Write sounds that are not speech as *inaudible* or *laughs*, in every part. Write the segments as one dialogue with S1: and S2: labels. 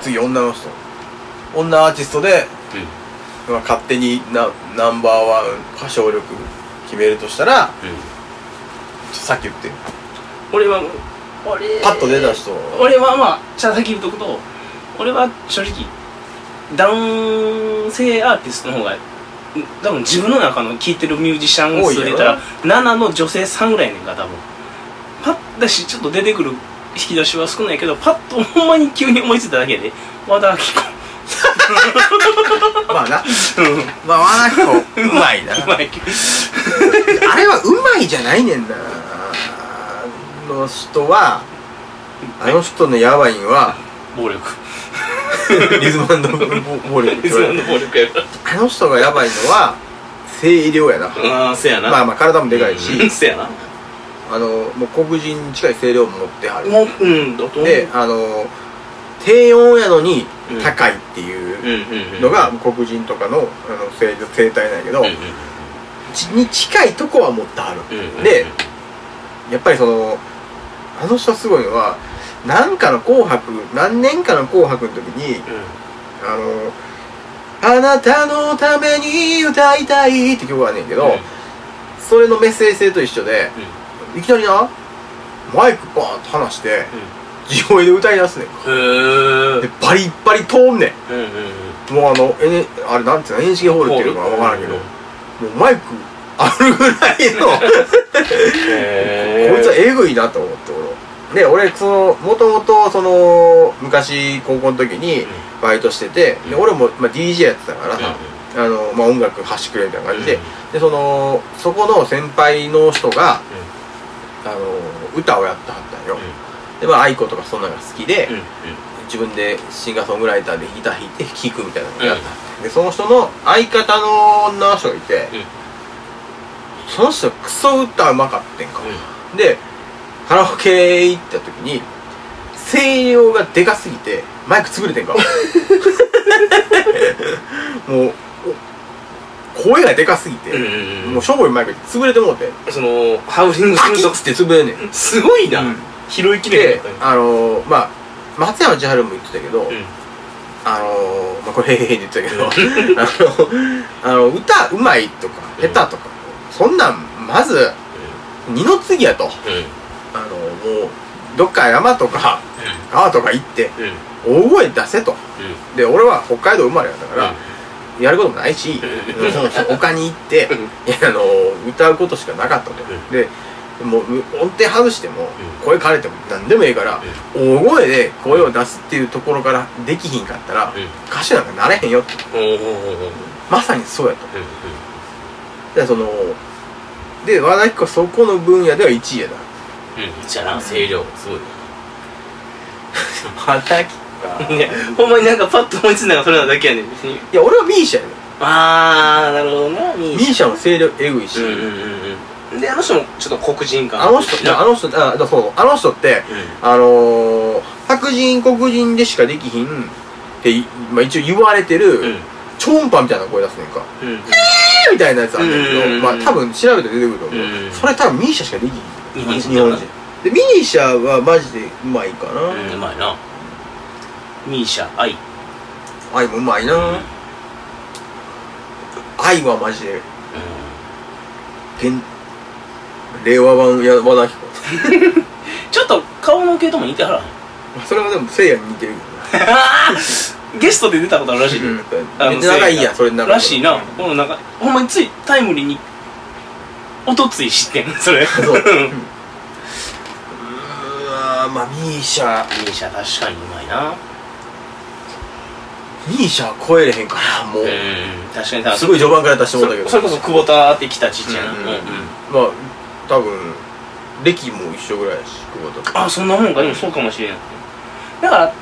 S1: 次女の人女アーティストで、まあ、勝手になナンバーワン歌唱力決めるとしたら
S2: うん
S1: ちょさっき言って
S2: 俺は俺
S1: パッと出た人
S2: 俺はまあじゃあ先言っとくと俺は正直男性アーティストの方が多分自分の中の聴いてるミュージシャン数で言ったら7の女性3ぐらいやねんか多分パッだしちょっと出てくる引き出しは少ないけどパッとほんまに急に思いついただけで和田アキ子
S1: まあな
S2: うん
S1: まあ和田アキ子うまいな
S2: うまい
S1: あれはうまいじゃないねんだなあの人はあの人のヤバいんは
S2: 暴力 *laughs*
S1: リズム暴力って
S2: いつ
S1: 言わ
S2: も
S1: れ
S2: の
S1: る
S2: 暴力やか
S1: あの人がヤバいのは性量やな
S2: らうんせやな
S1: まあまあ体もでかい
S2: うん
S1: し
S2: せやな
S1: あのもう黒人に近い声量も持ってはる
S2: もううんどと
S1: であの低音やのに
S2: うん
S1: 高いっていう
S2: うんうんうん
S1: のが黒人とかのあの生生態なんやけど、
S2: うんうん
S1: ちに近いとこは持ってはる、
S2: うんうん
S1: でやっぱりそのあの人すごいのは何かの「紅白」何年かの「紅白」の時に
S2: うん
S1: 「あのあなたのために歌いたい」って曲があんねんけど、
S2: うん
S1: それのメッセージ性と一緒で
S2: うん
S1: いきなりなマイクバーンと離して地声で歌い出すねん
S2: へー
S1: でバリッバリ通んね
S2: うんうんうん
S1: んもうあの、N、あれなんていうの NHK ホールっていうのかな分からんけど
S2: うん
S1: もうマイクあるぐらいの
S2: へー
S1: こいつは *laughs* えぐいなと思って俺で俺そのもともとその昔高校の時にバイトしててで俺も、まあ、DJ やってたからさ、あのまあ、音楽発してくれみたいな感じで、でそのそこの先輩の人が、あの歌をやってはったんよ、でまあ aiko とかそんなのが好きで、
S2: うんうん
S1: 自分でシンガーソングライターでギター弾いて弾くみたいなのをやった、でその人の相方の女の人がいて、
S2: うん
S1: その人クソ歌うまかってんか、
S2: うん
S1: でカラオケ行った時に声量がでかすぎてマイク潰れてんか
S2: *laughs*
S1: もうお声がでかすぎて、
S2: うんうんうん
S1: もうしょぼいマイクで潰れてもうて
S2: そのハウリング
S1: カ
S2: す
S1: キッ
S2: ると
S1: つって潰れんねん
S2: すごいな
S1: うん
S2: 拾いきれ
S1: で
S2: なかったね
S1: あのーまあ松山千春も言ってたけど、
S2: うん
S1: あのーまあ、これ「へ *laughs* へへ」って言ってたけどあのあの歌うまいとか下手とか、そんなんまず二の次やとあのもうどっか山とか川とか行って
S2: うんうん
S1: 大声出せと
S2: うん
S1: で俺は北海道生まれやったから、やることもないし、
S2: うん
S1: その他に行って
S2: うん
S1: いやあの歌うことしかなかったと、
S2: うん
S1: でもうう音程外しても、声枯れても何でもいいから、大声で声を出すっていうところからできひんかったら、
S2: うん
S1: 歌手なんかなれへんよって
S2: おーおーおーおー
S1: まさにそうやと
S2: う
S1: で
S2: ん
S1: そので和田アキ子はそこの分野では1位やな
S2: うんうんじゃあな声量すごい
S1: 和田アキ子
S2: いやほんまになんかパッと思いついたのがそれなだけやねん別に
S1: いや俺はミーシャやね
S2: あーなるほどなミ
S1: ミーシャの声量エグいし、
S2: うんうんうんうんであの人もちょっと黒人感
S1: あの人いやあの人あそうそうあの人って
S2: うん
S1: あのー、白人黒人でしかできひんってい、まあ、一応言われてる、
S2: うん
S1: 超音波みたいな声出すねんか
S2: うん
S1: えーみたいなやつあんだ
S2: うんう
S1: け
S2: んうん
S1: ど
S2: うん
S1: まあ多分調べて出てくると思う、
S2: うんうん
S1: それ多分ミーシャしかできひん
S2: 日本人
S1: 日本人でミーシャはマジでうまいかな、
S2: うんうまいなミーシャ愛
S1: 愛もうまいな、
S2: うん
S1: 愛はマジで現令和版や和田アキ子
S2: ちょっと顔の系とも似てはらへん
S1: まあ *laughs* それはでもせいやに似てるけ
S2: ゲストで出たことあるらしい
S1: ど
S2: で、
S1: な
S2: あの
S1: めっちゃ仲いいやんそれの中で
S2: らしいなこのなんかほんまについタイムリーにおとつい知ってんそれ
S1: *laughs* そう
S2: ん
S1: うんうわーまあミーシャ
S2: ミーシャ確かにうまいな
S1: ミーシャは超えれへんからもう、
S2: うん確かにさ
S1: すごい序盤から出しても
S2: そ
S1: らったけど
S2: れそれこそ久保田ってきたちっちゃいな
S1: う
S2: う
S1: う
S2: んんうんん
S1: うんまあ多分歴も一緒ぐらいやし久保田と
S2: あそんなもんかでもそうかもしれないだから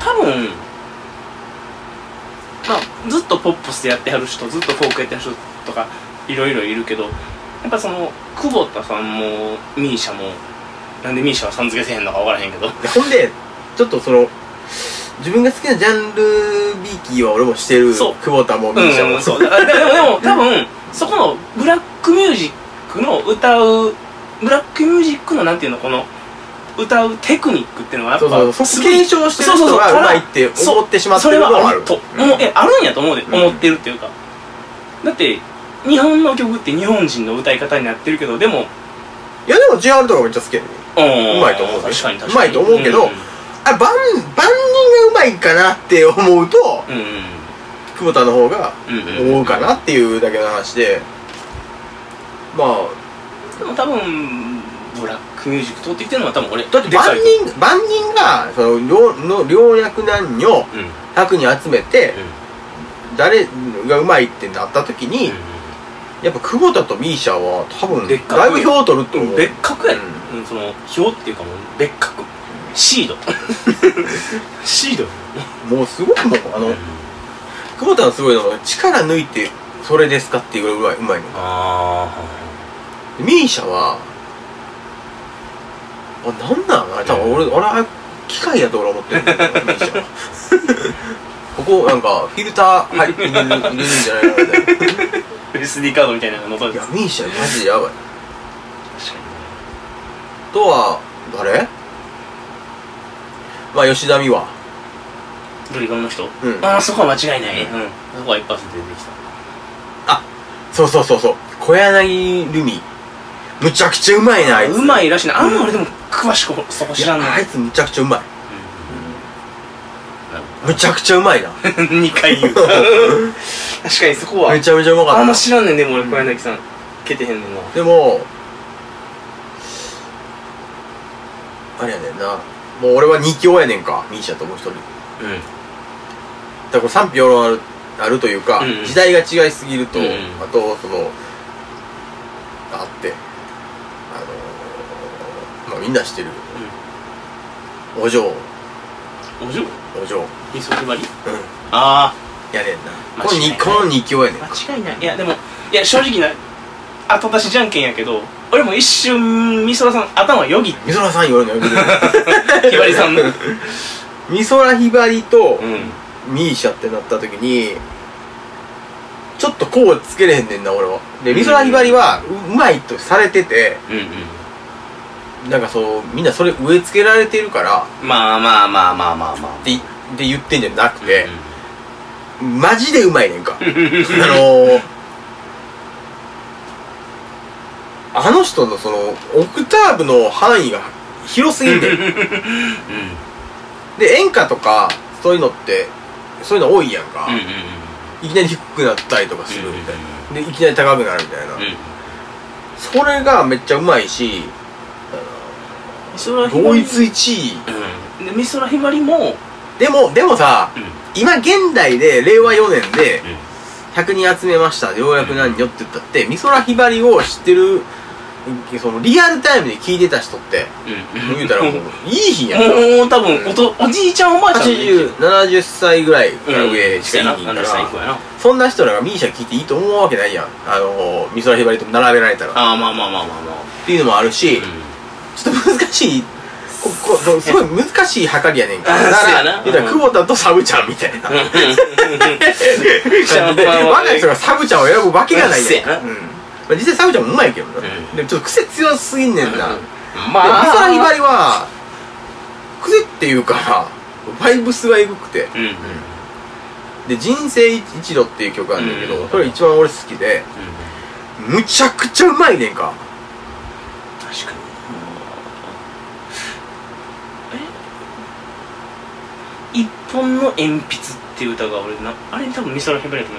S2: 多分まあずっとポップスやってはる人ずっとフォークやってはる人とかいろいろいるけどやっぱその久保田さんもミーシャもなんでミーシャはさん付けせへんのか分からへんけど
S1: でほんでちょっとその自分が好きなジャンルビーキーは俺もしてる
S2: そう
S1: 久保田もミーシャ
S2: う
S1: も
S2: んそうだからでもでも多分そこのブラックミュージックの歌うブラックミュージックのなんていうのこの歌うテクニックっていうのはやっ
S1: そ
S2: ぱ
S1: うそうそ
S2: す
S1: こ
S2: ごい
S1: 継承してる人がうまいって思ってしまってるの
S2: そうそれ
S1: も
S2: は
S1: あ
S2: あ
S1: る
S2: ると、
S1: うん
S2: もうえあるんやと思うで、
S1: うん
S2: 思ってるっていうかだって日本の曲って日本人の歌い方になってるけどでも
S1: いやでも JR とかめっちゃ好きやね
S2: うん
S1: うまいと思うで
S2: 確かに確かに
S1: うまいと思うけど
S2: ん
S1: あ万万人がうまいかなって思うと
S2: うん
S1: 久保田の方が
S2: うんうん
S1: 思うかなっていうだけの話でまあ
S2: でも多分ブラックミュージック通ってきてるのは多分俺
S1: だって
S2: でか
S1: 万
S2: い
S1: 人万人がその両の両役男女
S2: うんうん
S1: 100人集めて誰がうまいってなった時にやっぱ久保田とミーシャは多分
S2: でっかく
S1: だいぶ票を取ると
S2: う
S1: 思
S2: ん
S1: う
S2: 別格やね、
S1: う
S2: うんその表っていうかもう別格シ
S1: *laughs*
S2: ードシード
S1: もうすごいもんあの久保田のすごいのは力抜いてそれですかっていうぐらいうまいの
S2: あ
S1: ミーシャはあなんなんあれ多分俺、俺は機械やと俺は思ってるんだけどミーシャ
S2: *laughs*
S1: はここなんかフィルター入れる入れるんじゃないかみたいな
S2: あ SD カードみたいなのが残
S1: い
S2: るんで
S1: や
S2: す
S1: ミーシャマジでやばい
S2: 確か
S1: あとは誰まあ吉田美和
S2: にドリカムの人
S1: うん
S2: ああそこは間違いない、うん、そこは一発で出てきた
S1: そうそうそうそう小柳ルミむちゃくちゃうまいなあいつ
S2: うまいらしいなあんま俺でも詳しくそこ知らん
S1: い
S2: の
S1: やあいつむちゃくちゃうまいむちゃくちゃうまいな
S2: *laughs* 2回言う確かにそこは
S1: めちゃめちゃうまかった
S2: あんま知らんねんでも俺小柳さんけてへんねんな
S1: でもあれやねんなもう俺は二強やねんかミーシャともう一人だからこれ賛否両論あるあるというか、
S2: うんうん
S1: 時代が違いすぎると、
S2: うんうん
S1: あとそのあってあのまあみんな知ってる、お嬢
S2: うんお嬢
S1: お嬢
S2: みそきばりあ
S1: やねんな
S2: 間
S1: この
S2: 違
S1: 二
S2: いない
S1: この二強やねん
S2: あ
S1: か
S2: *laughs* 間違いないいやでもいや正直な後出しじゃんけんやけど俺も一瞬美空さん頭よぎっ
S1: 美空さん言われるのよくない
S2: てひばりさんの *laughs* うん
S1: 美空ひばりとミーシャってなった時にちょっとこうつけれへんねんな俺はで美空ひばりはううまいとされてて
S2: うん
S1: なんかそうみんなそれ植え付けられてるから
S2: まあまあまあまあまあまあ
S1: ってで言ってんじゃなくて、マジでうまいねんかあのー、あの人のそのオクターブの範囲が広すぎんねん
S2: うんうん
S1: で演歌とかそういうのってそういうの多いやんか、
S2: うんうん
S1: いきなり低くなったりとかするみたいな、でいきなり高くなるみたいな、
S2: うん
S1: それがめっちゃうまいし
S2: 美空ひばり
S1: 同一1位
S2: うんで美空ひばりも
S1: でもでもさ今現代で令和4年で100人集めましたようやく何よって言ったって美空ひばりを知ってるそのリアルタイムで聞いてた人って言うたらもういい日やんか
S2: もう多分おとおじいちゃんおばあちゃんの域
S1: 8070歳ぐらいから上
S2: うん
S1: しかいい
S2: そう
S1: か
S2: やな
S1: ら
S2: 70歳以降やな
S1: そんな人らがミーシャ聞いていいと思うわけないやんあの美空ひばりと並べられたらっ
S2: ああまあまあまあまあまあ
S1: ていうのもあるし、
S2: う
S1: ちょっと難しいここそうすごい難しい計りやねんか
S2: あ
S1: だ
S2: そう
S1: か
S2: や
S1: ら
S2: な
S1: 言うたら久保田とサブちゃんみたいな感じで
S2: まあまあ
S1: *laughs* 若い人がサブちゃんを選ぶわけがないやんか、
S2: う
S1: うんまあ、実際サブちゃんもうまいけどな、
S2: ん
S1: でもちょっと癖強すぎんねんな、
S2: う
S1: で美
S2: んまあ
S1: 空ひばりは癖っていうかバイブスがエグくて
S2: うんうんうん
S1: で「人生一度」っていう曲あるんだけど、
S2: うん
S1: それ一番俺好きでむちゃくちゃうまいねんか
S2: 確かにえ一本の鉛筆っていう歌が俺なあれ多分美空ひばりだと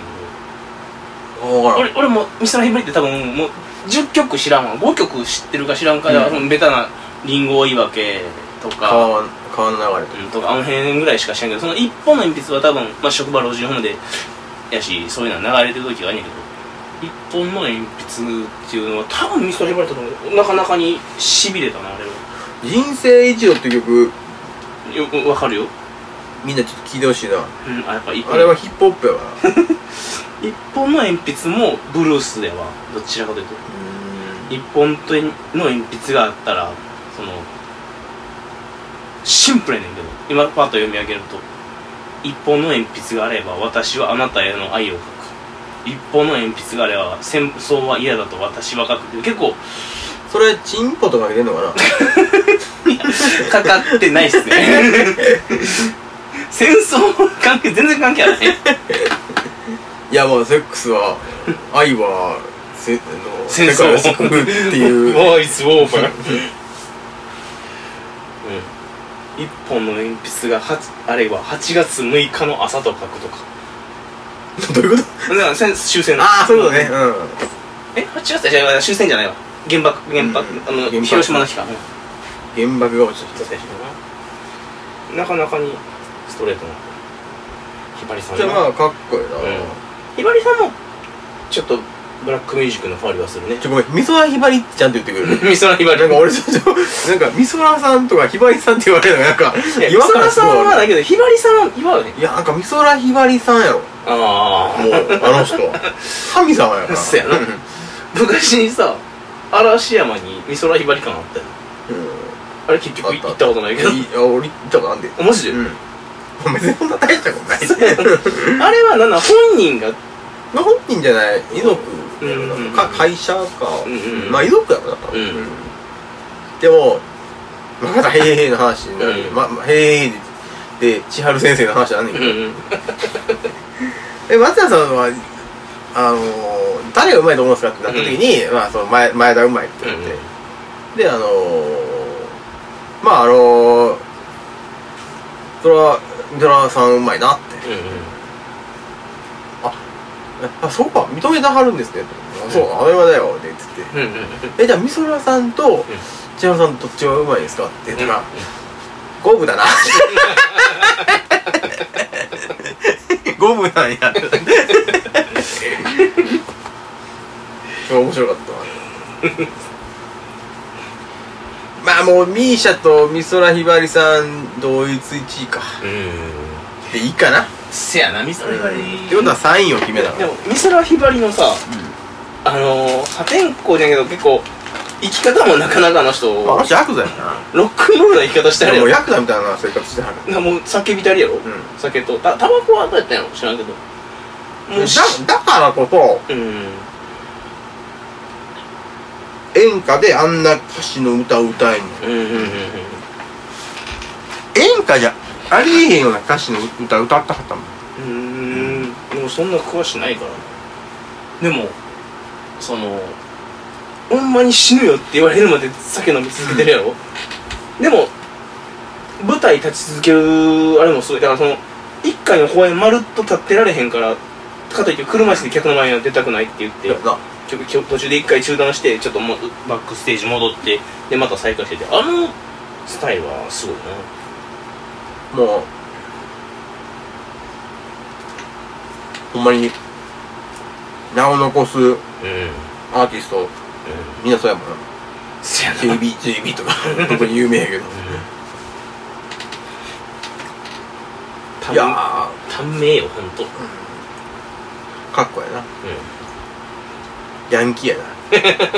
S2: 思うんだけど
S1: 分からん
S2: 俺俺も美空ひばりって多分もう10曲知らんわ5曲知ってるか知らんか
S1: う
S2: ら、
S1: ん
S2: そのベタな「リンゴ追い分け」とか
S1: 川川の流れと
S2: うんとかあの辺ぐらいしか知らんけどその一本の鉛筆は多分、まあ、職場老人ホームでやしそういうのは流れてる時があるんやけど一本の鉛筆っていうのは多分美空ひばりだと思うなかなかにしびれたなあれは
S1: 「人生一度」っていう曲
S2: よくわかるよ、
S1: みんなちょっと聞いてほしいな
S2: うん、あやっぱ一本
S1: あれはヒップホップやか
S2: 一本の鉛筆もブルースではどちらかというと
S1: ら
S2: 一本との鉛筆があったらそのシンプルやねんけど今パッと読み上げると一本の鉛筆があれば私はあなたへの愛を書く一本の鉛筆があれば戦争は嫌だと私は書くっていう結構 *laughs*
S1: それチンポとかけてんのかな
S2: かかってないっすね *laughs* 戦争関係全然関係あるね
S1: いやまあセックスは愛はせあの
S2: 戦
S1: 世
S2: 争
S1: 界を救うって
S2: *laughs*
S1: いう
S2: もういつオーバー一本の鉛筆がはあれは8月6日の朝と書くとか
S1: どういうこと
S2: だからせん終戦の
S1: ああそういうことねうん
S2: え8月じゃあ終戦じゃないわ原爆原爆、
S1: うん
S2: あの
S1: 原爆
S2: 広島の日か、
S1: 原爆が落ちてきた
S2: なかなかにストレートなひばりさん
S1: じゃあ
S2: が
S1: まあかっこいいな、
S2: うんひばりさんもちょっとブラックミュージックのファウルはするね
S1: ちょごめん美空ひばりちゃんって言ってくれる
S2: 美空ひばり
S1: なんか俺ちょっとなんか美空さんとかひばりさんって言われるのがなんか違
S2: 美
S1: 和
S2: 空
S1: 感すごい
S2: さんは
S1: あ
S2: だけどひばりさんは言わよね
S1: るいやなんか美空ひばりさん *laughs* やろもう
S2: あ
S1: あの人は神様やから
S2: そうやな
S1: うん
S2: 昔にさ嵐山に美空ひばり館あったよあれ結局
S1: あった
S2: 行ったことないけど
S1: いや俺行ったことあんで
S2: あマジで、
S1: うんお前全然そんな大したことない
S2: そう *laughs* やなあれはなんなん本人が
S1: まあ本人じゃない遺族やろな
S2: うん
S1: か会社か
S2: うんうんうん
S1: まあ遺族やろな
S2: うん
S1: でもまた「へーへーの話になる
S2: うん
S1: ままへーへーでで千春先生の話なんだ
S2: う
S1: け
S2: ん
S1: ど
S2: うん
S1: え松田さんはあのー誰がうまいと思うんですかってなった時に、まあその前前田うまいってなって、であのーまああのー、それは三虎さんうまいなってあそうか認めてはるんですねって、あそうあれはだよって言って
S2: うんうんうんうん
S1: てえじゃあ美空さんと千春さんどっちがうまいですかって言ったら、五分だな五分なんや面白かったわまあもうミーシャと美空ひばりさん同一1位か
S2: うん
S1: でいいかな
S2: せやな美空ひばり
S1: ってことは3位を決めたの
S2: でも美空ひばりのさ、あのー破天荒じゃけど結構生き方もなかなかあの人
S1: まああの
S2: ロ
S1: 人ヤクザやな
S2: ックンロールな生き方して
S1: で
S2: る
S1: も
S2: や
S1: もう
S2: ろ
S1: ヤクザみたいな生活してはる
S2: なもう酒浸りやろ、
S1: う
S2: 酒とたタバコはどうやったんやろ知らんけど
S1: ん
S2: も
S1: だ
S2: うし
S1: だからこそ
S2: うん
S1: 演歌であんな歌詞の歌を歌えんの
S2: うんうんうんうん
S1: 演歌じゃありえへんような歌詞の歌歌ったかったもん
S2: うんでもそんな詳しないからでもそのほんまに死ぬよって言われるまで酒飲み続けてるやろ、でも舞台立ち続けるあれもすごいだからその一回の公演まるっと立ってられへんからかといって車椅子で客の前には出たくないって言って
S1: やな
S2: ちょちょ途中で一回中断してちょっともうバックステージ戻ってでまた再開しててあのスタイルはすごいな
S1: もうほんまに名を残す
S2: うんうん
S1: アーティストみんなそうやもん *laughs* な
S2: せやな
S1: JBJB とか特に有名や *laughs* けどい
S2: い
S1: やー
S2: や短命よ本当。
S1: かっこやなヤンキーやな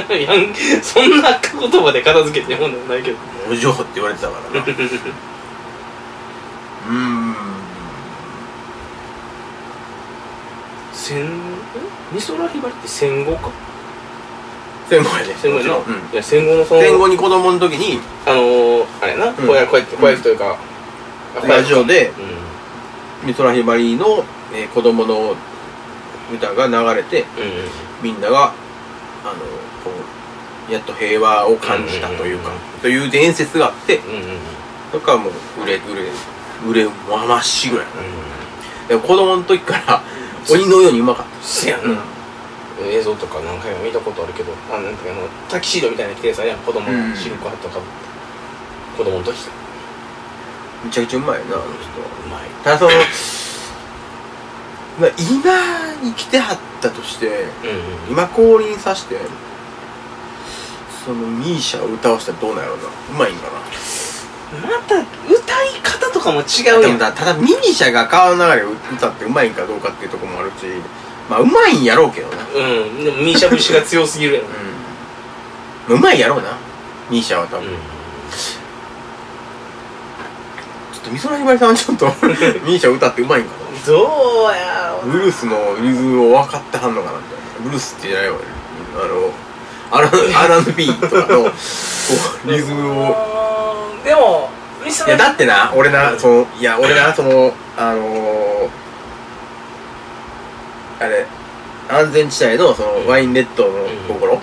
S2: うん、 *laughs* ヤンそんな言葉で片付けてもんでもない
S1: *laughs*
S2: けど
S1: お嬢って言われてたからな *laughs* うーん
S2: 戦美空ひばりって戦後か
S1: 戦後やね
S2: 戦後やな、
S1: うん
S2: いや戦後のその
S1: 戦後に子供の時に
S2: あのー、あれやな、
S1: ん
S2: こうやこうやってこうやってというか、こうや
S1: ラ
S2: って
S1: ジオで
S2: うんうん
S1: 美空ひばりの、えー子供の歌が流れて
S2: うん
S1: みんながあのこうやっと平和を感じたというか、
S2: うんうん
S1: という伝説があって
S2: うんうんうん
S1: そこからもう売れ売れ売れまましぐらいなでも子供の時から鬼のようにうまかっ
S2: せや
S1: た、
S2: な、映像とか何回も見たことあるけどあなんかあのタキシードみたいなの着てさやん子供
S1: うん
S2: のシルクハットかぶって、子供の時か
S1: めちゃくちゃうまいよなあの人
S2: うまい
S1: ただそのまあ今に来てはったとして
S2: うんうん
S1: 今降臨さしてそのミーシャを歌わしたらどうなんやろうなうまいんかな
S2: また歌い方とかも違う
S1: で
S2: や
S1: も
S2: ん
S1: だただミニシャが川の流れを歌ってうまいんかどうかっていうところもあるしまあうまいんやろうけどな
S2: うんでもミーシャ節が強すぎるやろ
S1: うんうまいんやろうなミーシャは多分、
S2: うん
S1: ちょっと美空ひばりさんはちょっと *laughs* ミーシャ歌ってうまいんか
S2: どうや
S1: な
S2: ろ
S1: ブルースのリズムを分かってはんのかなみたいなブルースってじゃないわあのアラン R&B とかのこうリズムを
S2: をでもリス
S1: いやだってな俺なそのいや俺なそのあのー、あれ安全地帯のそのワインレッドの心を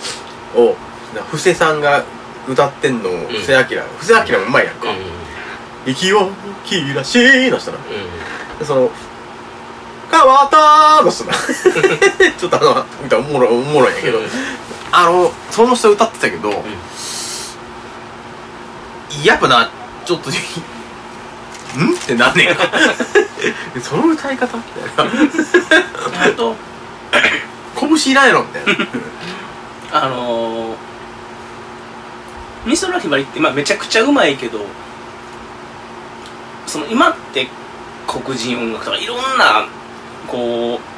S1: な布施さんが歌ってんのを布施明布施明もうまいやんか
S3: うんうん
S1: 「息を切らし」の人なでその「川田」の人なちょっとあの *laughs* 歌おもろいおもろいんやけど
S3: うん
S1: あのその人歌ってたけど、やっぱなちょっと *laughs* んってなんねんか *laughs* その歌い方みたいな
S2: あと
S1: 拳いらんやろみたいな
S2: あのー、美空ひばりって、まあ、めちゃくちゃうまいけどその今って黒人音楽とかいろんなこう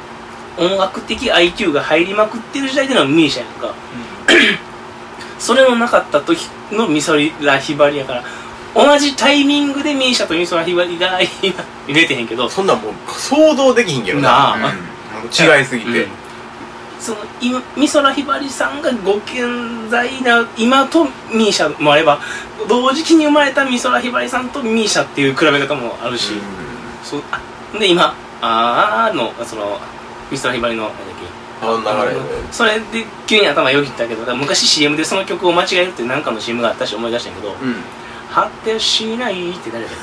S2: 音楽的 IQ が入りまくってる時代っていうのはミーシャやんかそれのなかった時の美空ひばりやから同じタイミングでミーシャと美空ひばりが入れてへんけど
S1: そんなんもう想像できひんけど
S2: なあ
S1: うんもう違いすぎて、
S2: そのい美空ひばりさんがご健在な今とミーシャもあれば同時期に生まれた美空ひばりさんとミーシャっていう比べ方もあるし、そうあで今「あー」のその美空ひばりのなんだっけ
S1: うん、あの流れで
S2: それで急に頭よぎったけどだから昔 CM でその曲を間違えるって何かの CM があったし思い出したんやけど
S1: うん
S2: 「果てしない」って誰だよ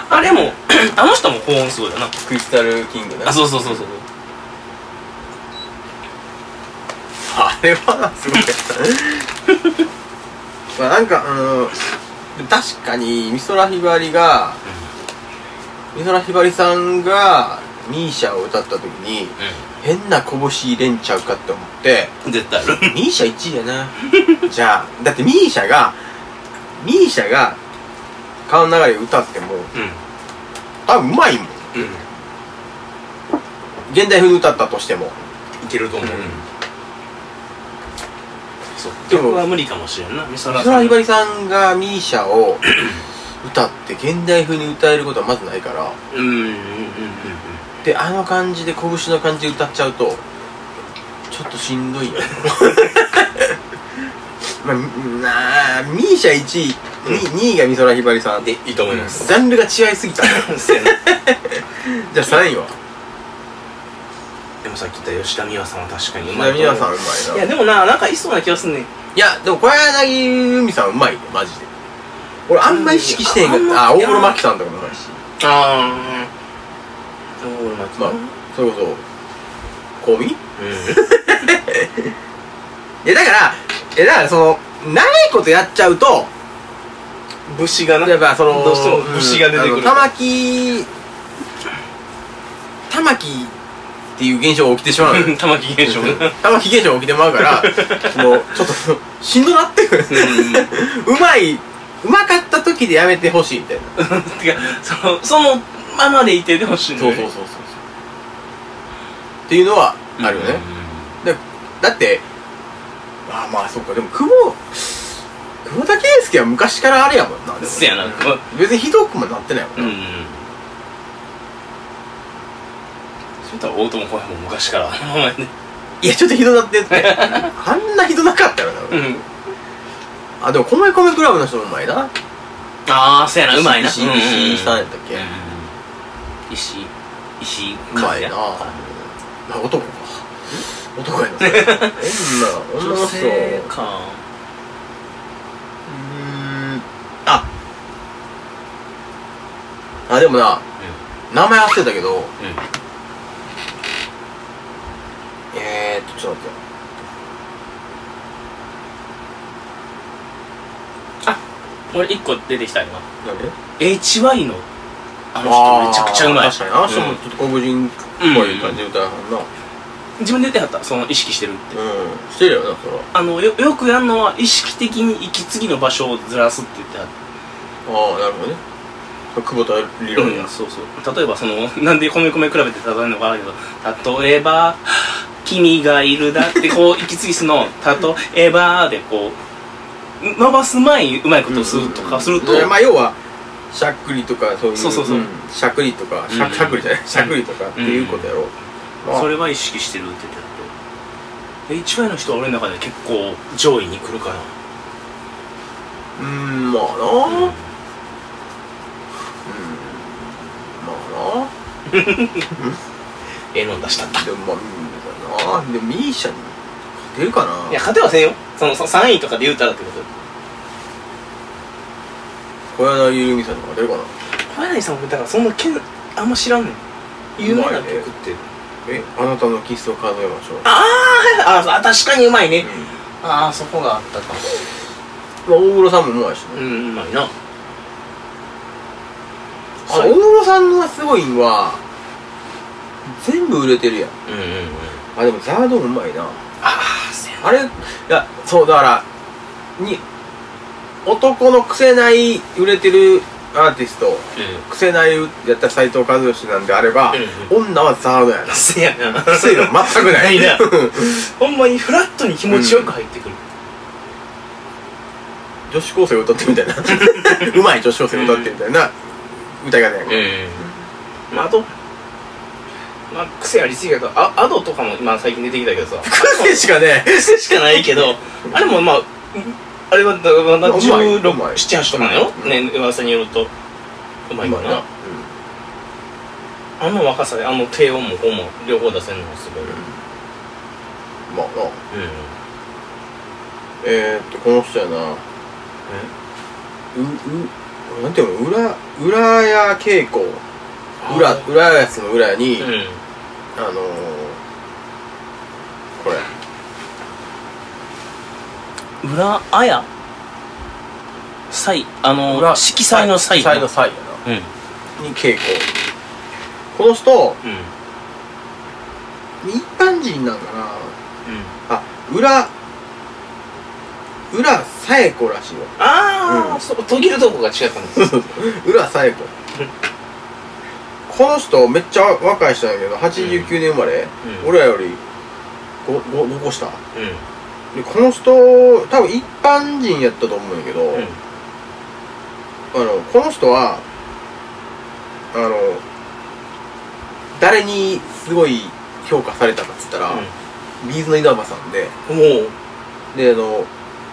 S2: ね *laughs* あれも *clears throat* あの人も高音すごいよな
S1: クリスタルキングね
S2: あそうそうそうそう
S1: あれはなすごい *laughs* まあなんかあの確かに美空ひばりが美空ひばりさんがミーシャを歌った時に変なこぼし入れんちゃうかって思って
S2: 絶対ある
S1: ミーシャ1位やな *laughs* じゃあだってミーシャがミーシャが川の流れ歌っても
S2: う
S1: 多分うまいもん
S2: んうん
S1: 現代風に歌ったとしても
S2: いけると思う、
S3: うん
S2: そう
S1: でも
S2: 曲は無理かもしれんな美
S1: 美
S2: 空
S1: 空
S2: さん
S1: ひばりさんがミーシャを歌って現代風に歌えることはまずないから
S2: うんうんうんうんうん
S1: であの感じで拳の感じで歌っちゃうとちょっとしんどいよまあ、なあミーシャ1位2位が美空ひばりさんでジ
S3: いいと思います
S1: ャンルが違いすぎた
S2: せやな
S1: じゃあ3位は
S2: でもさっき言った吉田美和さんは確かにうまいと思う
S1: 皆さんうまい
S2: い
S1: な
S2: や
S1: い
S2: でもななんかいそうな気がすんねん
S1: やでも小柳海さんうまいよマジで俺あんま意識してへんかっ
S2: うん
S1: たあ大黒摩季さんとかもうまいし
S2: ああどうな
S1: まあそれこそ香美
S2: う
S1: いやだからいやだからその長いことやっちゃうと
S2: ん武士がな
S1: やっぱその
S2: どうしても節が出てく
S1: うん
S2: る
S1: あの玉木玉木っていう現象が起きてしまうのよ
S2: *laughs* 玉木現象なうん
S1: 玉木現象が起きてまうからもうちょっとそのしんどなってくるうまいうまかった時でやめてほしいみたいな
S2: てかそのそのままでいててほしいの
S1: そう
S2: よ
S1: そうそうそうっていうのはあるよね、だってああまあそっかでも久保久保田圭佑は昔からあれやもんなでも
S2: せやな久
S1: 別にひどくもなってないもん
S2: うんうんうんそれとは大友康平も昔からあのままやね
S1: いやちょっとひどなってってあんなひどなかったよな、
S2: うん
S1: あでも米米クラブの人もうまいな
S2: ああそうやなうまいな
S1: 石井石井さんやったっけ、う
S2: 石井石井
S1: まいな、あ男か男やなそれ女女の
S2: 女
S1: 人
S2: 性か
S1: うーんああでもな、名前忘れたけど、えーっとちょっと待って
S2: 俺一個出てきた今
S1: 何
S2: HY のあ
S1: あ
S2: の人めちゃくちゃうまい
S1: ー確かにあの人もちょっと黒人っぽい感じで歌うはんな
S2: 自分で出てはったその意識してるって
S1: うん、してるよなそれは
S2: あのよよくやるのは意識的に息継ぎの場所をずらすって言ってはっ
S1: ああなるほどね久保田理
S2: た、
S1: 論や、
S2: そうそう例えばその *laughs* なんで米米比べて例えるのかあるけど例えば「君がいるだ」ってこう息継ぎするのを「例えば」でこう伸ばす前にうまいことするとかすると、
S1: いやまあ要はしゃっくりとかそういう
S2: そうそうそうん
S1: しゃっくりとかしゃ,、
S2: うん
S1: くりじゃないしゃっくりとかっていうことやろ、まあ
S2: それは意識してるって言ってた HY の人は俺の中で結構上位に来るかな
S1: うーんまあなうんまあな
S2: ええのん出したった
S1: でもまあうんだなでもミーシャに勝てるかない
S2: や勝てはせんよそのそ3位とかで言うたらってこと
S1: 小柳ゆるみさんに勝てるかな
S2: 小柳さんもだからそんなけんあんま知らんねん有名な曲って、
S1: えあなたのキスを数えましょう
S2: あーはいはいああ確かにうまいね、
S1: うん
S2: ああそこがあったか
S1: まあ大黒さんもうまいしね
S2: うんうまいな
S1: あ大黒さんのすごいんは全部売れてるやん
S2: うんうんうん
S1: あでもザードンうまいな
S2: ああせや
S1: あれいやそうだからに男の癖ない売れてるアーティスト癖ないやったら斎藤和義なんであれば、女はザードやな
S2: せやな
S1: 癖が全くない
S2: *laughs* ないな
S1: うん
S2: ほんまにフラットに気持ちよく入ってくる、
S1: 女子高生が歌ってるみた
S2: *laughs*
S1: いなうまい女子高生が歌ってるみたいな歌い方やんか、
S2: まあ、あとまあ癖ありすぎやからあアドとかも今最近出てきたけどさ
S1: 癖しかね
S2: 癖しかないけどあれもまああれはだからま
S1: うま
S2: だ
S1: い
S2: 1678
S1: うまい
S2: とかなんやろ、
S1: うん
S2: ね噂によるとうまいかなあの若さであの低音も高音も両方出せるのはすごい、
S1: うんまあなえー、っとこの人やなううなんていうの裏裏屋稽古裏
S2: あー
S1: 裏やつの裏に、
S2: うん、うん
S1: あのー、これ
S2: 裏あや彩あの
S1: 裏
S2: 色彩の彩
S1: 彩の彩や
S2: うんうん
S1: なに稽古この人一般人なんかなあ裏裏さえ子らしいわ
S2: ああ、
S1: うん
S2: そう途切るとこが違ったんです
S1: 浦冴子この人めっちゃ若い人なんやけど89年生まれ、
S2: う
S1: *laughs*
S2: ん
S1: 俺らより 5, 5, 個下
S2: う
S1: で
S2: ん
S1: この人多分一般人やったと思うんやけど、
S2: うん
S1: あのこの人はあの誰にすごい評価されたかっつったら、ビーズの稲葉さんで
S2: もう
S1: であの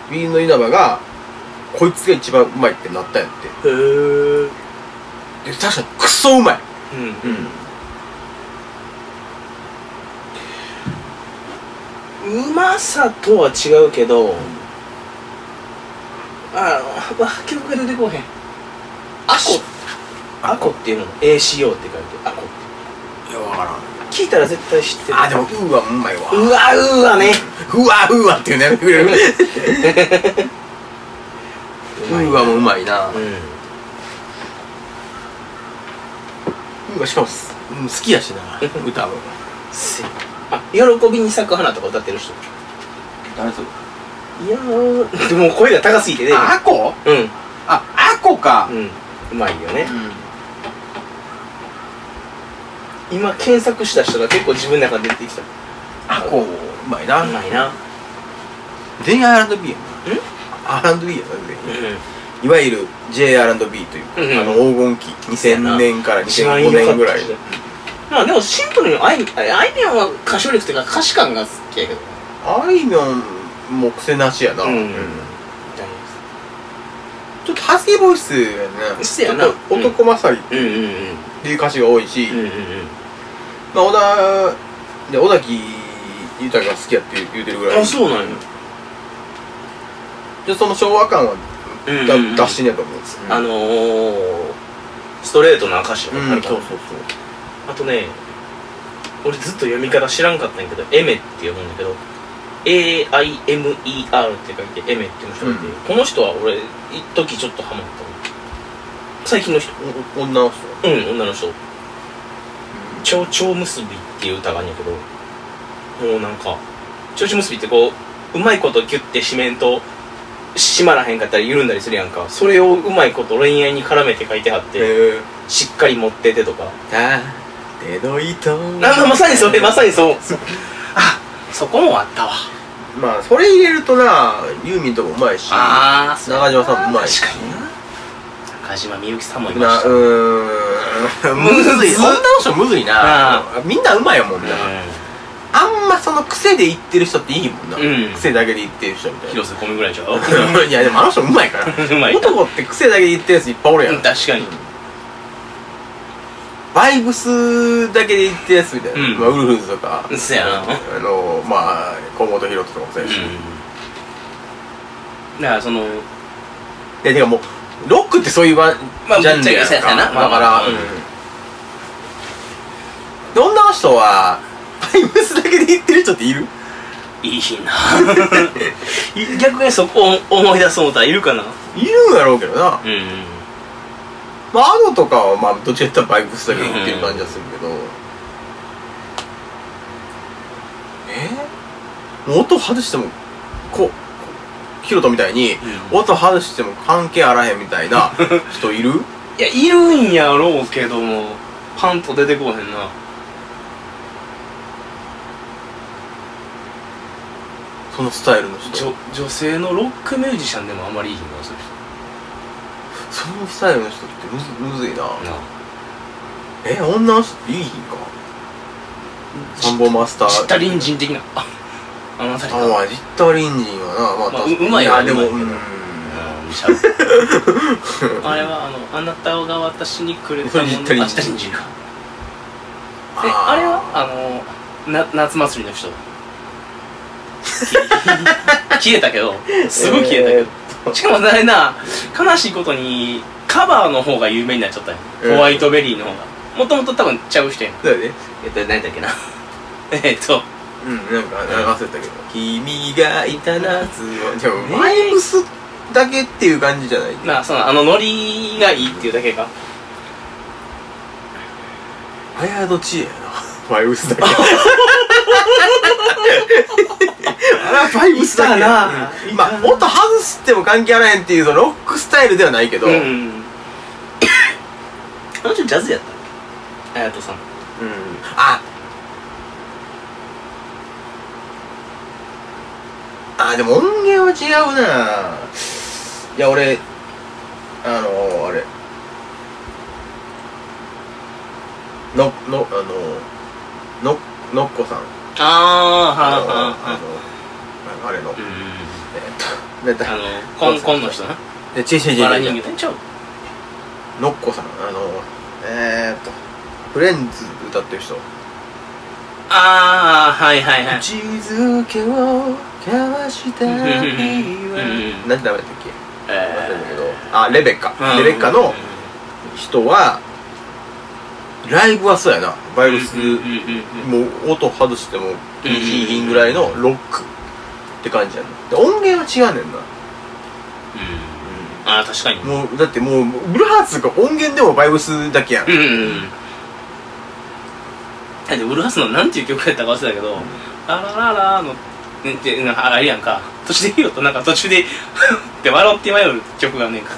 S1: ビーズの稲葉がこいつが一番うまいってなったんやっ
S2: へえ
S1: てで確かにクソうまい
S2: うんうまさとは違うけど、ああわ曲が出てこへんアコアコっていうの ACO って書いてアコっ
S1: いやわからん
S2: て聞いたら絶対知ってる
S1: あでもうーわうまいわ
S2: うわうわね
S1: うわうわって
S2: *laughs*
S1: いうのやめてくれるうーわもうまいなう
S2: うん
S1: ーわしかもすうん好きやしな歌も
S2: せあ喜びに咲く花とか歌ってる人
S1: 誰それ
S2: いやーでも声が高すぎてね
S1: あこ
S2: うん
S1: ああこか
S2: うんうまいよね
S1: ん
S2: 今検索した人が結構自分の中で出てきた
S1: あこうまいな
S2: うまいな
S1: 全員 R&B や
S2: ん
S1: な R&B やな全員
S2: う
S1: いわゆる J&B という
S2: うんうん
S1: あの黄金期2000年から
S2: 一番良
S1: 2005
S2: かった
S1: 年ぐらい
S2: まあでもシンプルにあいあいみょんは歌唱力というか歌詞感が好きやけど
S1: あいみょんも癖なしやな
S2: うん
S1: うんちょっとハスキーボイスやね
S2: せやな
S1: ちょっと男勝りっ
S2: うんうんうん
S1: ていう歌詞が多いし、
S2: うんうん
S1: まあ、小田で尾崎豊が好きやって言うてるぐらい
S2: そうなんや
S1: でその昭和感は
S2: うん
S1: だ
S2: うんうん
S1: 出してんやと思うんです
S2: あのーストレートな歌詞
S1: う
S2: があ
S1: ん
S2: るから
S1: そうそう
S2: あとね俺ずっと読み方知らんかったんやけど「エメ」って読むんだけど AIMER って書いて「エメ」っていう人がいて、
S1: うん
S2: この人は俺一時ちょっとハマった最近の人
S1: そうお女の人
S2: うん女の人「蝶々結び」っていう歌があるんやけどもうなんか蝶々結びってこううまいことギュッて締めんと締まらへんかったり緩んだりするやんかそれをうまいこと恋愛に絡めて書いてはって
S1: へえ
S2: しっかり持っててとか
S1: た手の糸
S2: なんかまさにそれまさにそうあそこもあったわ
S1: まあそれ入れるとなユーミンとかうまいし
S2: あ
S1: ー中島さんもうまい
S2: 確かにな中島みゆきさんもいま
S1: な
S2: した
S1: う
S2: うん
S1: ーん *laughs* むず
S2: むず
S1: い女の人むずいな
S2: あ
S1: みんなうまいもんなあんまその癖で言ってる人っていいもんな、
S2: うん
S1: 癖だけで言ってる人みたいな
S2: 広瀬込みぐらいちゃう
S1: *laughs* いやでもあの人うまい
S2: *laughs*
S1: から
S2: うまい
S1: 男って癖だけで言ってるやついっぱいおるやん、
S2: うん *laughs* 確かに
S1: バイブスだけで言ってるやつみたいな、
S2: うん
S1: まあ、ウルフルズとか
S2: そやな
S1: あのまあ河本ロ人とかもそうやし、
S2: だからその
S1: でてかもうロックってそういうわ
S2: まあ
S1: ジャンルやん
S2: ぶっちゃけそう
S1: か、
S2: やな
S1: だから、
S2: うん
S1: で女の人はバイブスだけで言ってる人っている
S2: いいな *laughs* 逆にそこを思い出そう思ったらいるかない
S1: るんやろうけどな、
S2: うん
S1: まあ、アドとかはまあどっちかって言ったらバイブスだけで言ってる感じはするけど、えもう音外してもこうこうヒロトみたいに、
S2: うん
S1: 音外しても関係あらへんみたいな人い
S2: *laughs*
S1: る
S2: いやいるんやろうけどもパンと出てこうへんな
S1: そのスタイルの人
S2: 女女性のロックミュージシャンでもあんまりいいひんなそれ
S1: そのスタイルの人ってむずむずいな、
S2: な
S1: え女の人っていいひんかサンボマスター
S2: 知った隣人的 *laughs* なああの辺り
S1: あまあジッタリンジンはなまあ、
S2: まあ
S1: 確かに
S2: ううまいよ
S1: やでも
S2: う
S1: うん
S2: まいようんちゃうあれはあのあなたが私にくれたもの
S1: それ知った隣人
S2: あ知った隣人かえあれはあのな夏祭りの人 *laughs* 消えたけどすごい消えたけど、しかもあれな悲しいことにカバーの方が有名になっちゃったんよ
S1: えー
S2: ホワイトベリーの方がもともと多分ちゃう人やん
S1: だよね
S2: えっと何だっけなえっと
S1: うんなんか流せたけど「君がいた夏は」でも
S2: ね
S1: バイブスだけっていう感じじゃない
S2: まあそのあのノリがいいっていうだけか
S1: あやどちえやなバイブスだけ
S2: *laughs*
S1: あらバイブスだけ
S2: いたな
S1: うんまあ音外しても関係あらへんっていうそのロックスタイルではないけど、
S2: うんあの人ジャズやったっけあやとさん
S1: うん、ああでも音源は違うないや俺あのあれののあのののっこさん
S2: ああは
S1: あの
S2: あはあ
S1: あのあれの
S2: うん
S1: えっとなんだ
S2: あのコンコンの人な
S1: で違う違う違う違う
S2: バラ人形ねちゃう
S1: のっこさんあのえー、っとフレンズ歌ってる人
S2: ああはいはいはい
S1: 口づけを交わした
S2: うんうんうんうん
S1: なんて名前だったっけ忘れたんだ
S2: え
S1: けどあレベッカ
S2: ー
S1: レベッカ
S2: うんうん
S1: の人はライブはそうやなバイブス
S2: うんうんう
S1: も
S2: ん
S1: う音外しても
S2: うんうん
S1: いいひんぐらいのロックって感じやなで音源は違うねんな
S2: ああ確かに
S1: もうだってもうブルーハーツが音源でもバイブスだけやん
S2: うんうんうんだってウルハスのなんていう曲やったか忘れたけど「あららら」のねでなんかあれやんか途中で言うとなんか途中でって笑って迷う曲があんねんか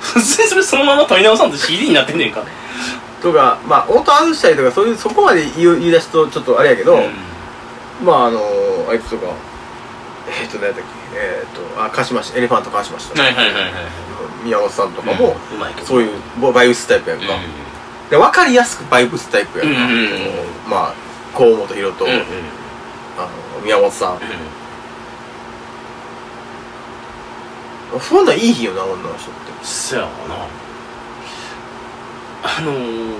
S2: 普通にそれそのまま取り直さんと CD になってんねんか
S1: とかまあ音外したりとかそういうそこまで言う言い出すとちょっとあれやけど、まああのあいつとかえっ、と何だっけえっ、とあ川島氏エレファント川島氏とか、
S2: はいはいはいはい
S1: 宮本さんとかも、
S2: うまいけど
S1: そういうボバイブスタイプやんか、で分かりやすくバイブスタイプやんか、
S2: うんうんうん
S1: そのまあ河本大と、
S2: うんうん
S1: あの宮本さんそんなんいい日よな女の人って
S2: そやわなあのー、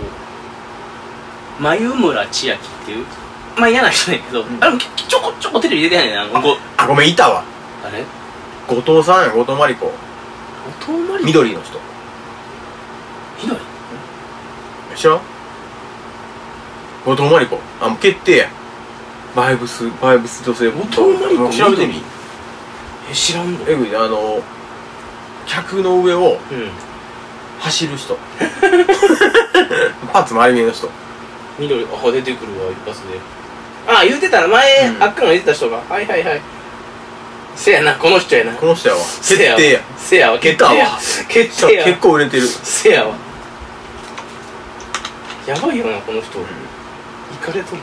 S2: 眉村千秋っていうまあ嫌な人だけど、
S1: うん
S2: あれもきちょこちょこテレビ出てないねんなここ
S1: あごめんいたわ
S2: あれ
S1: 後藤さんや後藤真理子
S2: 後藤真理
S1: 緑の人
S2: ひどい
S1: 知らん後藤真理子あもう決定やバイブスバイブス女性後
S2: 後藤真理子
S1: 調べてみ
S2: え知らんの
S1: えぐいあの客の上を
S2: うん
S1: 走る人パーツ丸見えの人
S2: 緑あ出てくるわ一発であ言うてたな前、
S1: うん
S2: あっくんが言ってた人がはいはいはいせやなこの人やな
S1: この人やわ決
S2: せやわ
S1: 定や
S2: せやわ決定
S1: 出
S2: や
S1: たわ
S2: 決定や
S1: 結構売れてる
S2: せやわやばいよなこの人イカれとる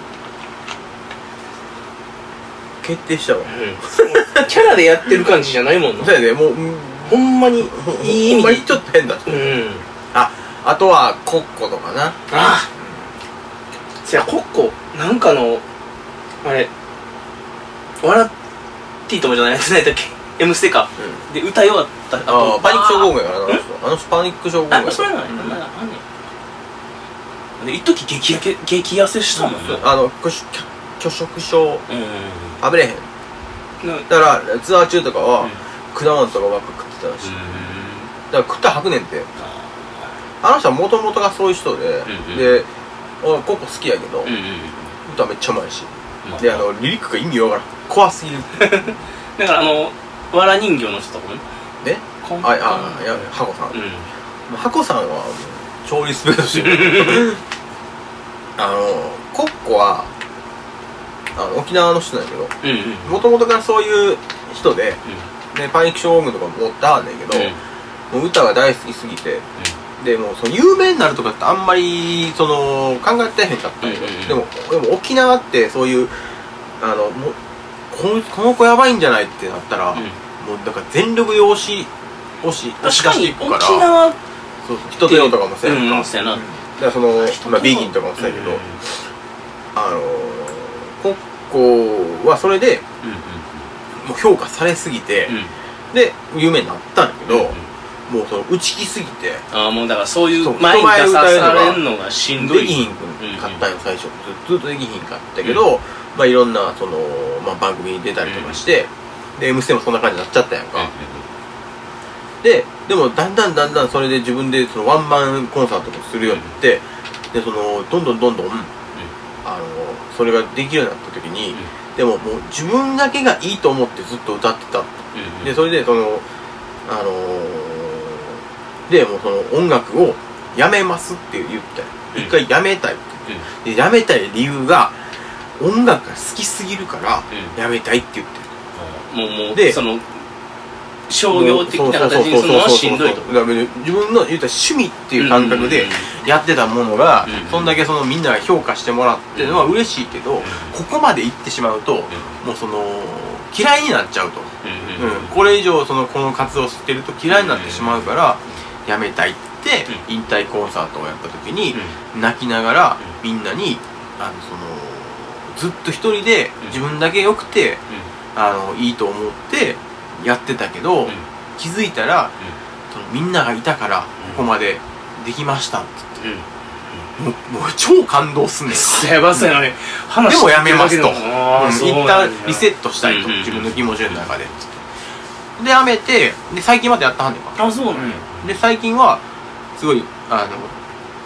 S1: 決定したわ
S2: うんキャラでやってる感じじゃないもんな
S1: そうやねもううん
S2: ほんまにいい意
S1: ほんま
S2: 味
S1: にちょっと変だ
S2: でうん
S1: ああとはコッコとかな
S2: ああせやコッコなんかのあれ笑っていいともじゃない何だっけ M ステかで歌い終わった
S1: あ
S2: 後
S1: あパニック症候
S2: 群
S1: 群やからなあの人あの人パニック症候群
S2: あ
S1: や
S2: それはないなんだあんねんで一時激やけ激痩せしたもんな
S1: あの拒食拒食症
S2: うん
S1: 危れへん
S2: な
S1: だからツアー中とか
S2: う
S1: は
S2: ん
S1: 果物とかばっか食ってたらしいだから食ったら吐くねんって
S2: あ
S1: あの人はもともとがそういう人で
S2: うんうん
S1: で俺ココ好きやけど
S2: ーうんうん
S1: 歌めっちゃうまいし
S2: まあ
S1: であのリリックが意味わからん怖すぎる
S2: だからあのわら人形の人とかね
S1: ね
S2: コン
S1: ああいやハコさん
S2: うん
S1: ハコさんはもう調理スペースしてるあのコッコはあの沖縄の人なんやけど
S2: うんうん
S1: もともとからそういう人で、ね、パニック症候群とかも持ってはんねんけど、もう歌が大好きすぎて、でもうその有名になるとかってあんまりその考えてへんかったんやけど、
S2: うんうんうん
S1: でもでも沖縄ってそういうあのもうこのこの子やばいんじゃないってなったら、もうだから全力で押し押し押し出
S2: 確か
S1: して
S2: に
S1: いくから
S2: 沖縄
S1: そうそう人手用とかもそうやんか、
S2: うんそうやな
S1: だからその、まあ、ビギンとかもそうやけど、
S2: うん
S1: あのコッコはそれでもう評価されすぎて、
S2: うんうん
S1: で有名になったんやけ
S2: うん
S1: ど、もうその打ち切りすぎて
S2: ああもうだからそういう
S1: そう
S2: 前に出さ
S1: 人前歌うのが
S2: されんのがしんど
S1: でき
S2: い
S1: ひんかったんよ最初ずっとできひんかったけど、まあいろんなその、まあ、番組に出たりとかして、で M ステもそんな感じになっちゃったやんか、ででもだんだんだんだんそれで自分でそのワンマンコンサートもするようになって、でそのどんどんどんどん、あのそれができるようになった時に、でももう自分だけがいいと思ってずっと歌ってたでそれでそのあのーでもうその音楽をやめますって言ったよ
S2: うん
S1: 一回やめたいって言って、でやめたい理由が音楽が好きすぎるからやめたいって言ってる
S2: もうもう
S1: で
S2: その商業的な形にするのはしんどいと
S1: そうそうそうそうだから自分の言ったら趣味っていう感覚でやってたものが、
S2: うん
S1: そんだけそのみんなが評価してもらってるのは嬉しいけど、ここまで行ってしまうと、もうその嫌いになっちゃうと、うん、これ以上そのこの活動をしてると嫌いになってしまうからやめたいって引退コンサートをやった時に泣きながらみんなにあのそのずっと一人で
S2: うん
S1: 自分だけ良くてあのいいと思ってやってたけど気づいたらそのみんながいたからここまでできましたってもうもう超感動すんねん
S2: やばそうやのに話
S1: でもやめますと
S2: 聞いてるわ
S1: うん
S2: けで
S1: 一
S2: もな
S1: 旦リセットしたいと
S2: うんうんうん
S1: 自分の気持ちの中ででやめてで最近までやったはんねんか
S2: あそうなんや
S1: で最近はすごいあ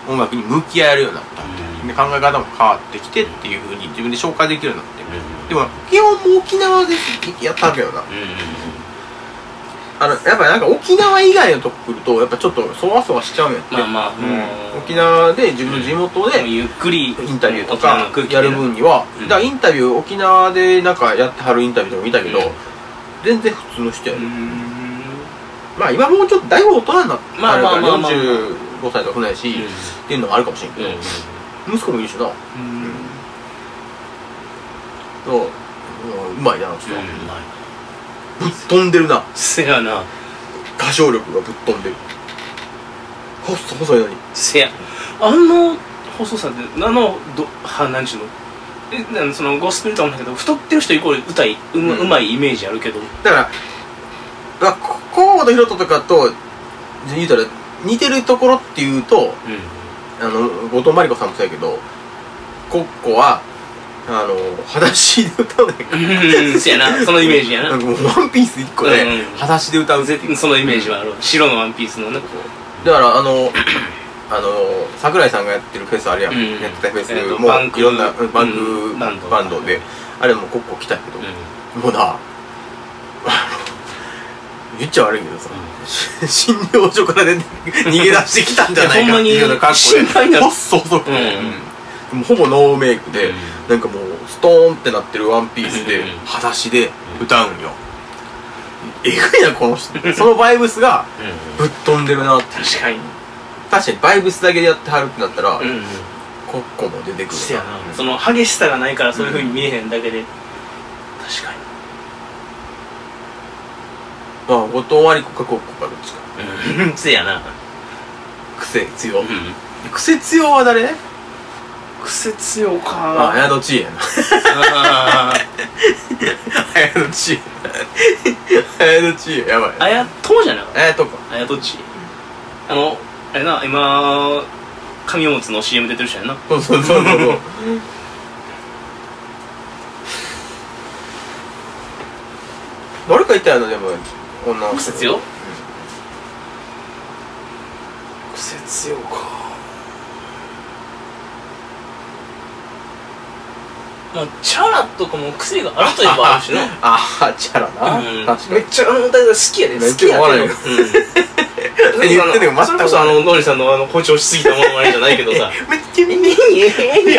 S1: の音楽に向き合えるようになったで考え方も変わってきてっていうふうに自分で紹介できるようになってでも基本も沖縄でやったわけよなあのやっぱなんか沖縄以外のとこ来るとやっぱちょっとそわそわしちゃうんやって、
S2: まあまあ
S1: うん、沖
S2: 縄
S1: 縄で自分の地元で
S2: ゆっくり
S1: インタビューとかやる分には、
S2: うん
S1: だからインタビュー沖縄でなんかやってはるインタビューとか見たけど、
S2: うん
S1: 全然普通の人や
S2: う
S1: ね、
S2: ん
S1: まあ今もうちょっとだいぶ大人になって
S2: まあまあまあまあ
S1: 45歳とか来ないし、っていうのもあるかもしれんけど、息子もいるしなう
S2: うん
S1: うまいなあの人、
S2: う
S1: ぶっ
S2: ん
S1: 飛んでるな
S2: せやな
S1: 歌唱力がぶっ飛んでる細細いのに
S2: せやあの細さであのどはなんちゅうのえなんそのゴスペルとかもだけど太ってる人イコール歌いうま,、
S1: うん
S2: うまいイメージあるけど
S1: だからだから河本大翔とかと言うたら似てるところっていうとあの後藤真理子さんもそうやけどコッコはあの裸足で歌うねんか
S2: うんせやなそのイメージや
S1: な
S2: なん
S1: かもうワンピース1個で、
S2: うんうん
S1: 裸足で歌うぜっていう
S2: そのイメージはある白のワンピースのね
S1: だからあのあの桜井さんがやってるフェスあれや、ん、
S2: うん
S1: やってたフェス
S2: えっと
S1: も
S2: パンク
S1: いろんなうんパン
S2: う
S1: ク
S2: んバンド
S1: バンドであれもコッコ来たけど、もうな *laughs* あの言っちゃ悪いけどさ、 *laughs* 診療所から出て逃げ出してきたんじゃないかっていうような格好で
S2: いやほんまに心配になる
S1: ほっそ細く、
S2: うん
S1: うんほぼノーメイクで、
S2: うん
S1: なんかもうストーンってなってるワンピースで
S2: うん
S1: 裸足で歌うんよ、えぐいなこの
S2: *laughs*
S1: 人そのバイブスがぶっ飛んでるなって
S2: 確かに
S1: 確かにバイブスだけでやってはるってなったら、
S2: うん
S1: コッコも出てくる
S2: せやなそ
S1: の
S2: の激しさがないからそういうふうに見えへんだけで確か
S1: まあ後藤真理子かコッコかどっちか
S2: に *laughs* うんせやな
S1: 癖強、癖強は誰
S2: 癖強
S1: あ、
S2: か
S1: 綾戸 *laughs* 知恵やな。
S2: あ
S1: 綾戸知恵。綾戸知恵、やばい。
S2: あやとじゃなかった
S1: あやとか。
S2: あやどっちあのあれな今紙おむつの CM 出てる人やんな
S1: そうそうそうそう。誰かいたよな、でも、女の子。
S2: 癖強癖強かまあチャラとかも癖があるといえばあるし *laughs* な
S1: ああ、チャラ
S2: うん
S1: な。確か
S2: めっ
S1: に。
S2: ちゃあの歌が好きやで
S1: めっ
S2: 好き
S1: ちゃ
S2: やけど
S1: 笑うよ
S2: *laughs* うん
S1: 言ってんのよ全く
S2: それこそあのノリさんのあの誇張しすぎたものまねじゃないけど
S1: *laughs*
S2: さ
S1: めっちゃ見に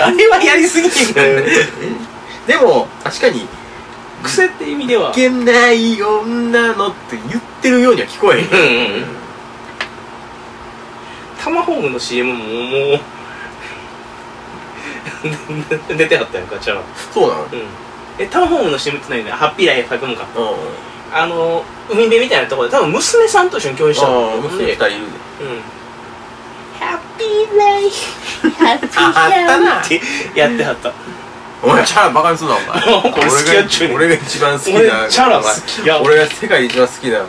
S1: あれはやりすぎ
S2: うん
S1: でも、確かに、
S2: 癖って意味ではい
S1: けない女のって言ってるようには聞こえへん。
S2: うんうんうんタマホームの CM ももう *laughs* 出てはったやんかちゃう
S1: そうなの
S2: うんえタマホームの CM って何だハッピーライフ100もか
S1: うん。
S2: あの海辺みたいなところで多分娘さんと一緒に共演した
S1: ああ、
S2: の
S1: 娘二
S2: で
S1: 人いるで。
S2: うん
S3: ハッピーライフ、ハッピーライフ。
S1: な
S2: ってやってはった
S1: *laughs* お前チャラバカにすんなお *laughs* 前
S2: 俺好きやっちゅうねん
S1: 俺が一番好きな
S2: 俺チャラ好きや
S1: お前俺が世界で一番好きなのははい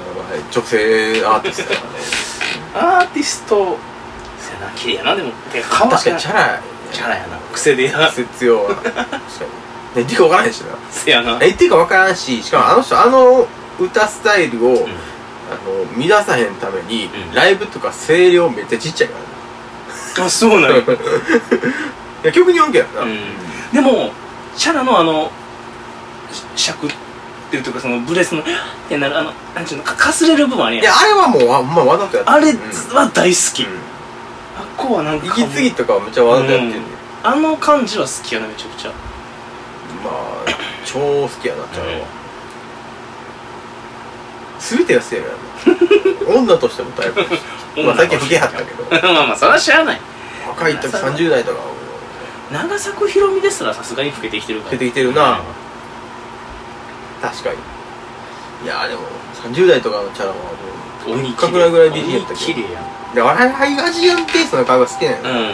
S1: 女性アーティストだからね
S2: アーティストせやな綺麗やなでもてか
S1: 確かにチャラ
S2: チャラやな癖でや
S1: 必要 *laughs* は確かにねっていうか分からへんしな
S2: せやな
S1: えっていうか分からんししかもあの人あの歌スタイルを、
S2: ん
S1: あの乱さへんために、
S2: うん
S1: ライブとか声量めっちゃちっちゃいからね *laughs*
S2: あそうなのよ
S1: いや曲によるけどな、
S2: うんでもチャラのあのしゃくってるというかそのブレスのってなるあのなんちゅうのかかすれる部分あるや
S1: い
S2: ん
S1: やあれはもうわ,、まあ、わざとやってる
S2: あれ
S1: うん
S2: は大好き、あっこはなんか
S1: 息継ぎとかはめっちゃわざとやってるね、
S2: うんあの感じは好きやなめちゃくちゃ
S1: まあ超好きやなチャラは、全てが好きやからな女としてもタ *laughs* イプだしまあさっき吹けはったけど
S2: *laughs* まあまあそれは知らない
S1: 若い時30代とかも
S2: 長作ひろみですらさすがに老けてきてるから
S1: 出てきてるな、確かにいやーでも30代とかのチャラはもう
S2: 鬼
S1: 一角らぐらい美人やった
S2: 綺
S1: けど
S2: 麗やん
S1: いや俺はアジアンテイストの顔が好きなんやな、
S2: う
S1: っ
S2: んうん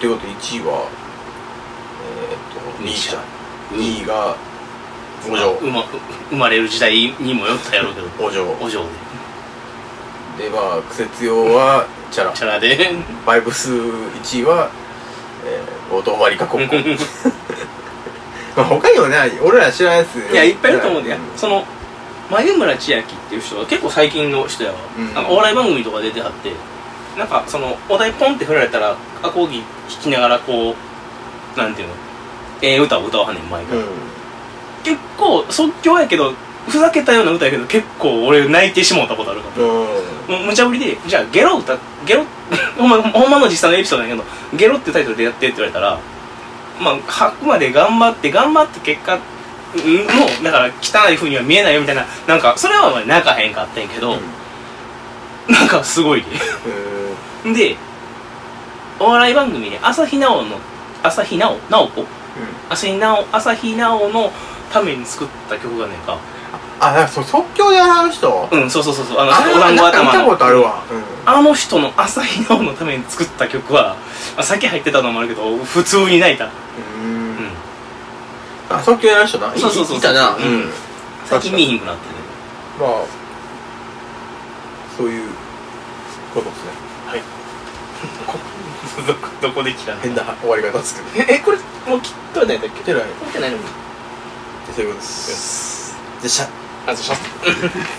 S1: ていうことで1位はえー、っと
S2: ミ
S1: ミ
S2: ー
S1: ー
S2: シ
S1: シ
S2: ャ
S1: ャ2位がお嬢
S2: うま生まれる時代にもよったやろうけど
S1: お嬢
S2: お嬢で
S1: でまあクセ強はチャラ
S2: チャラで
S1: バイブス1位は、えー、後藤真理香子まあ他にもね俺ら知らんやつ
S2: いやいっぱいいると思うんだよ
S1: ん
S2: その眉村千秋っていう人は結構最近の人やわ、
S1: うん
S2: なんかお笑い番組とか出てはってなんかそのお題ポンって振られたらアコーギ弾きながらこうなんていうのええ歌を歌わはんねん前から、
S1: う
S2: 結構即興やけどふざけたような歌やけど結構俺泣いてしもうたことあるから、
S1: ん、うん、
S2: もう無茶ぶりで「じゃあゲロ歌ゲロ *laughs* ほんまほんまの実際のエピソードだけど「ゲロ」ってタイトルでやってって言われたらまあ吐くまで頑張って頑張って結果んもうだから汚い風には見えないよみたいななんかそれはまあ泣かへんかったんやけど、なんかすごい
S1: うん
S2: ででお笑い番組で朝日奈央の朝日奈央直子朝日奈央朝日奈央のために作った曲がねんか
S1: あなんかそう即興で洗う人
S2: うんそうそうそうそうあの
S1: あれは
S2: お団子
S1: なんか見
S2: 頭
S1: た
S2: の
S1: ことあるわ、うん
S2: あの人の朝日奈央のために作った曲は、まあ、先入ってたのもあるけど普通に泣いた、
S1: うん
S2: うん、
S1: あ即興で洗う人ない
S2: そうそうそう
S1: いたな、
S2: う
S1: うんん
S2: 最近見えへんくなってね
S1: まあそういうことですね
S2: *laughs* どこどこで来たの
S1: 変な終わり方ですけど
S2: えこれもう切っとはないんだっ
S1: じゃない
S2: 切ってないのに
S1: そういうことですでしゃ
S2: あとシャツ